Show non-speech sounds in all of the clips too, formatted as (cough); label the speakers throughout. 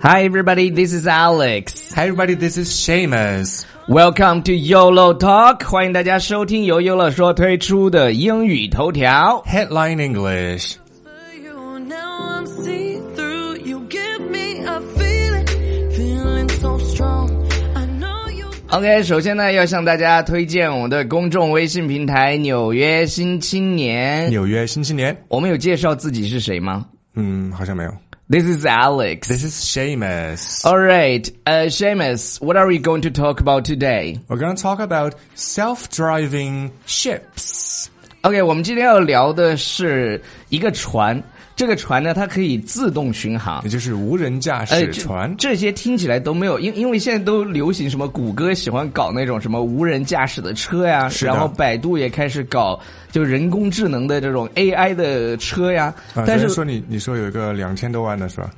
Speaker 1: Hi everybody, this is Alex.
Speaker 2: Hi everybody, this is Seamus.
Speaker 1: Welcome to YOLO Talk，欢迎大家收听由优乐说推出的英语头条。
Speaker 2: Headline English.
Speaker 3: for you. Now I'm see through. You give me a feeling, feeling so strong. I know you.
Speaker 1: OK，首先呢，要向大家推荐我们的公众微信平台《纽约新青年》。
Speaker 2: 纽约新青年，
Speaker 1: 我们有介绍自己是谁吗
Speaker 2: 嗯，好像没有。
Speaker 1: ？This is Alex.
Speaker 2: This is Seamus.
Speaker 1: All right, uh, Seamus, what are we going to talk about today?
Speaker 2: We're going to talk about self-driving ships.
Speaker 1: OK，我们今天要聊的是一个船，这个船呢，它可以自动巡航
Speaker 2: 也。就是无人驾
Speaker 1: 哎，
Speaker 2: 驶船。
Speaker 1: 这这些听起来都没有，因因为现在都流行什么，谷歌喜欢搞那种什么无人驾驶的车呀，
Speaker 2: 是的
Speaker 1: 然后百度也开始搞就人工智能的这种 AI 的车呀，但
Speaker 2: 啊昨天
Speaker 1: 是
Speaker 2: 说你你说有一个两千多万的是吧？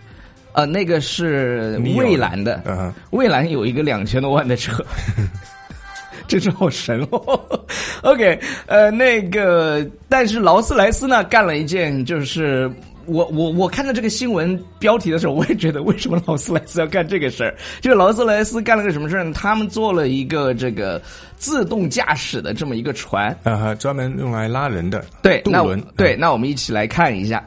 Speaker 1: 呃，那个是
Speaker 2: 你有
Speaker 1: 蔚蓝的，
Speaker 2: 嗯哼
Speaker 1: 蔚蓝有一个两千多万的车。 (laughs) 真是好神哦 (laughs) ！OK，呃，那个，但是劳斯莱斯呢，干了一件，就是我我我看到这个新闻标题的时候，我也觉得为什么劳斯莱斯要干这个事儿？就是劳斯莱斯干了个什么事儿呢？他们做了一个这个自动驾驶的这么一个船，
Speaker 2: 啊哈，专门用来拉人的
Speaker 1: 对，
Speaker 2: 渡
Speaker 1: 那我
Speaker 2: 轮。
Speaker 1: 对，
Speaker 2: 嗯
Speaker 1: 那我们一起来看一下。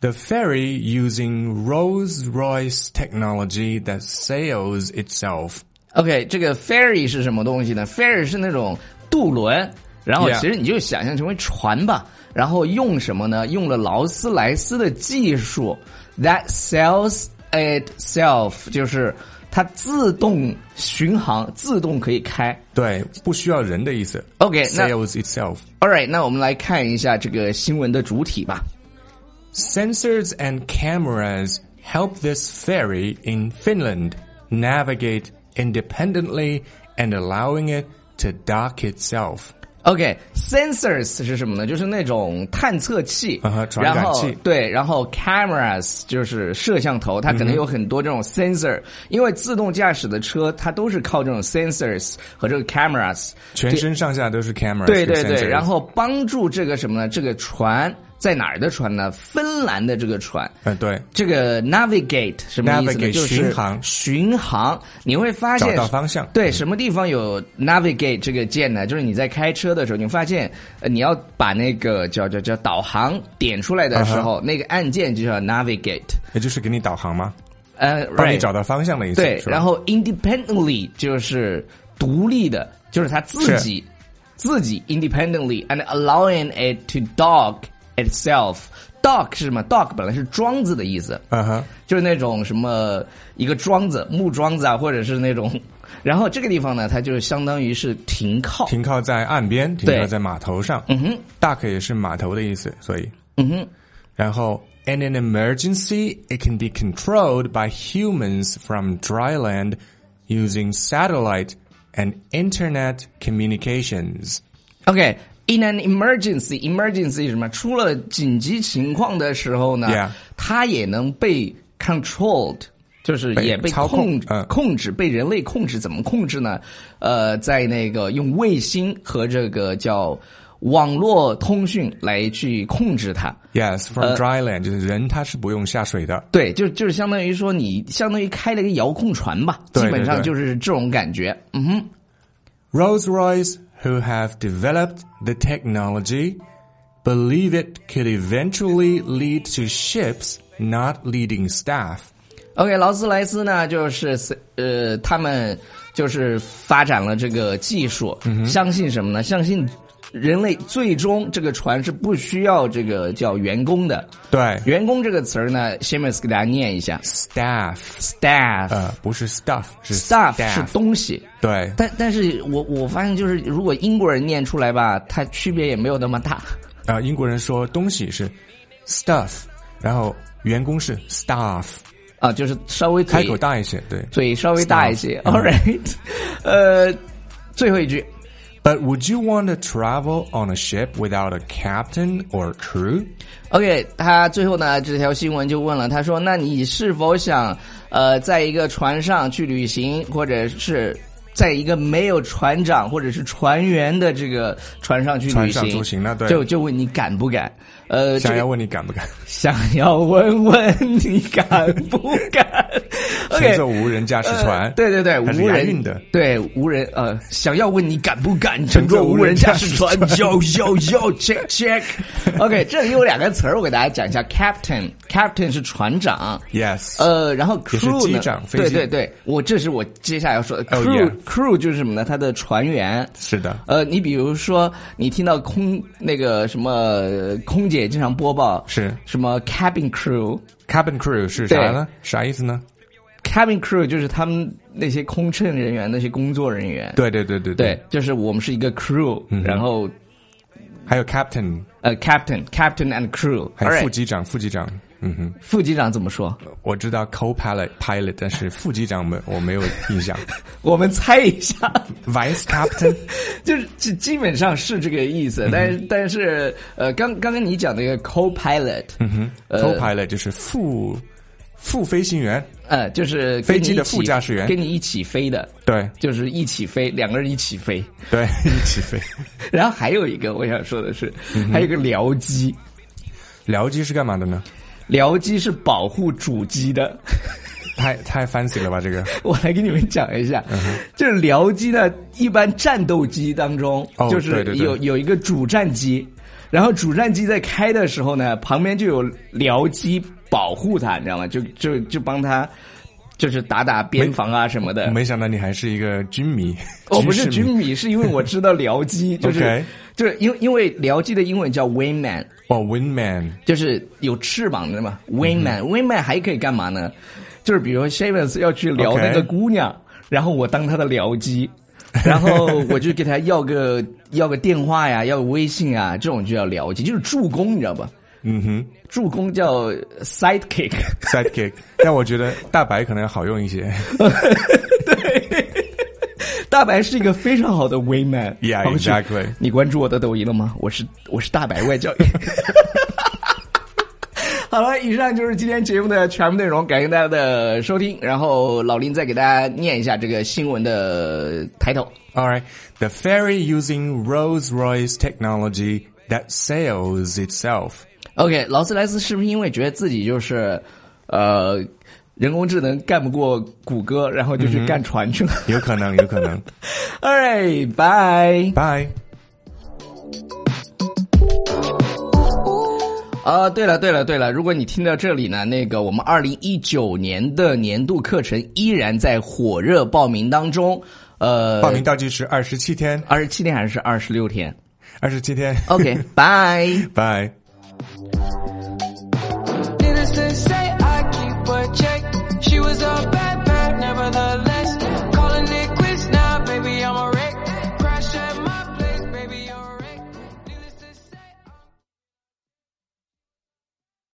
Speaker 2: The ferry using Rolls-Royce technology that sails itself.
Speaker 1: OK，这个 ferry 是什么东西呢？ferry 是那种渡轮，然后
Speaker 2: Yeah
Speaker 1: 其实你就想象成为船吧。然后用什么呢？用了劳斯莱斯的技术，that sells itself，就是它自动巡航，自动可以开。
Speaker 2: 对，不需要人的意思。
Speaker 1: OK，那
Speaker 2: Sails itself.
Speaker 1: All right，那我们来看一下这个新闻的主体吧。
Speaker 2: Sensors and cameras help this ferry in Finland navigate independently and allowing it to dock itself.
Speaker 1: OK，sensors、是什么呢？就是那种探测器，
Speaker 2: 啊哈传
Speaker 1: 然
Speaker 2: 感
Speaker 1: 后
Speaker 2: 器
Speaker 1: 对，然后 cameras 就是摄像头，它可能有很多这
Speaker 2: 嗯
Speaker 1: 种 sensor，、因为自动驾驶的车它都是靠这种 sensors 和这个 cameras，
Speaker 2: 全身上下都是 cameras
Speaker 1: 对
Speaker 2: 跟
Speaker 1: 对对，
Speaker 2: sensors
Speaker 1: 然后帮助这个什么呢？这个船在哪儿的船呢？芬兰的这个船，
Speaker 2: 嗯对，
Speaker 1: 这个 navigate 什么意思呢？
Speaker 2: Navigate，
Speaker 1: 就是
Speaker 2: 巡航
Speaker 1: 巡航，你会发现
Speaker 2: 找到方向嗯
Speaker 1: 对，什么地方有 navigate 这个键呢？就是你在开车的时候，你发现呃你要把那个叫叫叫导航点出来的时
Speaker 2: 啊
Speaker 1: 候，那个按键就叫 navigate。
Speaker 2: 也就是给你导航嘛，
Speaker 1: 呃，
Speaker 2: 帮
Speaker 1: right
Speaker 2: 你找到方向的意思。
Speaker 1: 对，
Speaker 2: 是吧
Speaker 1: 然后 independently 就是独立的，就是它自己自己 independently and allowing it to dock itself。dock 是什么？dock 本来是桩子的意思。
Speaker 2: 嗯哼，
Speaker 1: 就是那种什么一个桩子、木桩子啊，或者是那种，然后这个地方呢，它就是相当于是停靠。
Speaker 2: 停靠在岸边，停
Speaker 1: 对
Speaker 2: 靠在码头上。嗯哼，dock 也是码头的意思，所以
Speaker 1: 嗯哼
Speaker 2: 然后。In an emergency, it can be controlled by humans from dry land using satellite and internet communications.
Speaker 1: ，OK，in、an emergency，emergency 是什么？出了紧急情况的时候呢
Speaker 2: Yeah
Speaker 1: 它也能被 controlled。就是
Speaker 2: 被
Speaker 1: 也被
Speaker 2: 操控
Speaker 1: 制
Speaker 2: 嗯
Speaker 1: 控制，被人类控制，怎么控制呢？呃，在那个用卫星和这个叫网络通讯来去控制它。
Speaker 2: Yes, from
Speaker 1: Uh,
Speaker 2: dry land 就是人他是不用下水的。
Speaker 1: 对，就就是相当于说你相当于开了一个遥控船吧，
Speaker 2: 对
Speaker 1: 基本上
Speaker 2: 对对
Speaker 1: 就是这种感觉。嗯哼
Speaker 2: Rolls-Royce, who have developed the technology, believe it could eventually lead to ships not leading staff.
Speaker 1: ，OK，劳斯莱斯呢，就是呃，他们就是发展了这个技术，
Speaker 2: 嗯
Speaker 1: 相信什么呢？相信人类最终这个船是不需要这个叫员工的。
Speaker 2: 对
Speaker 1: 员工这个词儿呢，Shamus 给大家念一下
Speaker 2: ，staff，
Speaker 1: ，staff，staff、
Speaker 2: 呃，不是 stuff，是
Speaker 1: staff 是东西。
Speaker 2: 对，
Speaker 1: 但但是我我发现就是，如果英国人念出来吧，它区别也没有那么大。
Speaker 2: 啊，英国人说东西是 stuff，然后员工是 staff，
Speaker 1: 啊，就是稍微
Speaker 2: 开
Speaker 1: 嘴
Speaker 2: 口大一些，对。
Speaker 1: 嘴稍微大一些。
Speaker 2: Staff 嗯
Speaker 1: All right，呃，最后一句
Speaker 2: But would you want to travel on a ship without a captain or crew?
Speaker 1: ，OK，他最后呢这条新闻就问了，他说：“那你是否想呃在一个船上去旅行，或者是在一个没有船长或者是船员的这个船上去
Speaker 2: 船
Speaker 1: 旅
Speaker 2: 上
Speaker 1: 行，
Speaker 2: 出行那对
Speaker 1: 就就问你敢不敢？呃，这
Speaker 2: 想
Speaker 1: 个
Speaker 2: 要问 (laughs) 你敢不敢？
Speaker 1: 想要问问你敢不敢
Speaker 2: (laughs)
Speaker 1: ？OK，
Speaker 2: 乘坐无人驾驶船
Speaker 1: 呃对对对，
Speaker 2: 还是
Speaker 1: 无
Speaker 2: 押
Speaker 1: 人
Speaker 2: 韵的，
Speaker 1: 对无人呃，想要问你敢不敢乘
Speaker 2: 乘坐
Speaker 1: 坐无
Speaker 2: 无人
Speaker 1: 人
Speaker 2: 驾
Speaker 1: 驾驶
Speaker 2: 驶
Speaker 1: 船？yo (laughs) yo yo check check。OK，这里有两个词儿，我给大家讲一下，captain，captain 是船长。
Speaker 2: Yes，
Speaker 1: 呃，然后
Speaker 2: 也是
Speaker 1: crew
Speaker 2: 机
Speaker 1: 呢
Speaker 2: 长？飞
Speaker 1: 对
Speaker 2: 机
Speaker 1: 对对，我这是我接下来要说的
Speaker 2: Oh,
Speaker 1: crew、
Speaker 2: yeah.
Speaker 1: crew 就是什么呢？它的船员
Speaker 2: 是的
Speaker 1: 呃，你比如说，你听到空那个什么呃空姐经常播报
Speaker 2: 是
Speaker 1: 什么 cabin crew。
Speaker 2: ，cabin crew 是啥呢？啥意思呢？
Speaker 1: cabin crew 就是他们那些空乘人员、那些工作人员。
Speaker 2: 对对对对
Speaker 1: 对，就是我们是一个 crew，、
Speaker 2: 嗯
Speaker 1: 然后
Speaker 2: 还有 captain，
Speaker 1: 呃 captain、captain and crew，
Speaker 2: 还有
Speaker 1: Alright，
Speaker 2: 副机哦长，副机长，嗯哼。
Speaker 1: 副机长怎么说？
Speaker 2: 我知道 co-pilot pilot，但是副机长没我没有
Speaker 1: (laughs)
Speaker 2: 印象。
Speaker 1: 我们猜一下， (laughs)
Speaker 2: Vice captain
Speaker 1: 就是基基本上是这个意
Speaker 2: 嗯
Speaker 1: 思，但是但是呃，刚刚刚你讲的一个 co-pilot，嗯哼，呃
Speaker 2: co-pilot 就是副副飞行员，
Speaker 1: 呃，就是
Speaker 2: 飞
Speaker 1: 跟你
Speaker 2: 机的
Speaker 1: 一起
Speaker 2: 副驾驶员
Speaker 1: 跟你一起飞的，
Speaker 2: 对
Speaker 1: 就是一起飞，两个人一起飞。 (laughs)
Speaker 2: 对， (laughs) 一起飞。
Speaker 1: 然后还有一个我想说的是，
Speaker 2: 嗯
Speaker 1: 还有一个僚机，
Speaker 2: 僚机是干嘛的呢？
Speaker 1: 僚机是保护主机的。
Speaker 2: 太太 fancy 了吧？这个
Speaker 1: (laughs) 我来给你们讲一下，
Speaker 2: 嗯
Speaker 1: 就是僚机呢，一般战斗机当中，
Speaker 2: 哦
Speaker 1: 就是有
Speaker 2: 对对对
Speaker 1: 有一个主战机，然后主战机在开的时候呢，旁边就有僚机保护它，你知道吗？就就就帮他。就是打打边防啊什么的，
Speaker 2: 没想到你还是一个军迷，
Speaker 1: 我不是
Speaker 2: 哦军
Speaker 1: 军迷，是因为我知道僚机，就是
Speaker 2: (laughs) OK
Speaker 1: 就是因为因为僚机的英文叫 wingman，
Speaker 2: 哦，wingman
Speaker 1: 就是有翅膀的嘛，wingman、wingman 还可以干嘛呢？就是比如说 Shavens 要去聊
Speaker 2: OK
Speaker 1: 那个姑娘然后我当他的僚机，然后我就给他要个要个电话呀，要个微信啊，这种就叫僚机，就是助攻，你知道吧？
Speaker 2: 嗯哼
Speaker 1: 助攻叫 sidekick，
Speaker 2: ，sidekick。但 (laughs) 我觉得大白可能好用一些。 (laughs)
Speaker 1: (laughs) 大白是一个非常好的 wingman。
Speaker 2: Yeah,
Speaker 1: 好不是
Speaker 2: exactly.
Speaker 1: 你关注我的抖音了吗？我是我是大白外教。 (laughs) 好了，以上就是今天节目的全部内容，感谢大家的收听。然后老林再给大家念一下这个新闻的抬头。
Speaker 2: All right. The ferry using Rolls Royce technology that sails itself.
Speaker 1: OK，劳斯莱斯是不是因为觉得自己就是呃人工智能干不过谷歌，然后就去
Speaker 2: 嗯
Speaker 1: 干船去了、 (laughs) 哎
Speaker 2: 有可能，有可 (laughs) 能。
Speaker 1: a l right, bye.
Speaker 2: Bye.
Speaker 1: 啊，对了对了对了，如果你听到这里呢，那个我们二零一九年的年度课程依然在火热报名当中，呃，
Speaker 2: 报名倒计时二十七天，
Speaker 1: 二十七天还是二十六天
Speaker 2: 二十七天。
Speaker 1: ？OK，拜。
Speaker 2: (laughs) Bye.
Speaker 4: Needless to say, I keep a check. She was up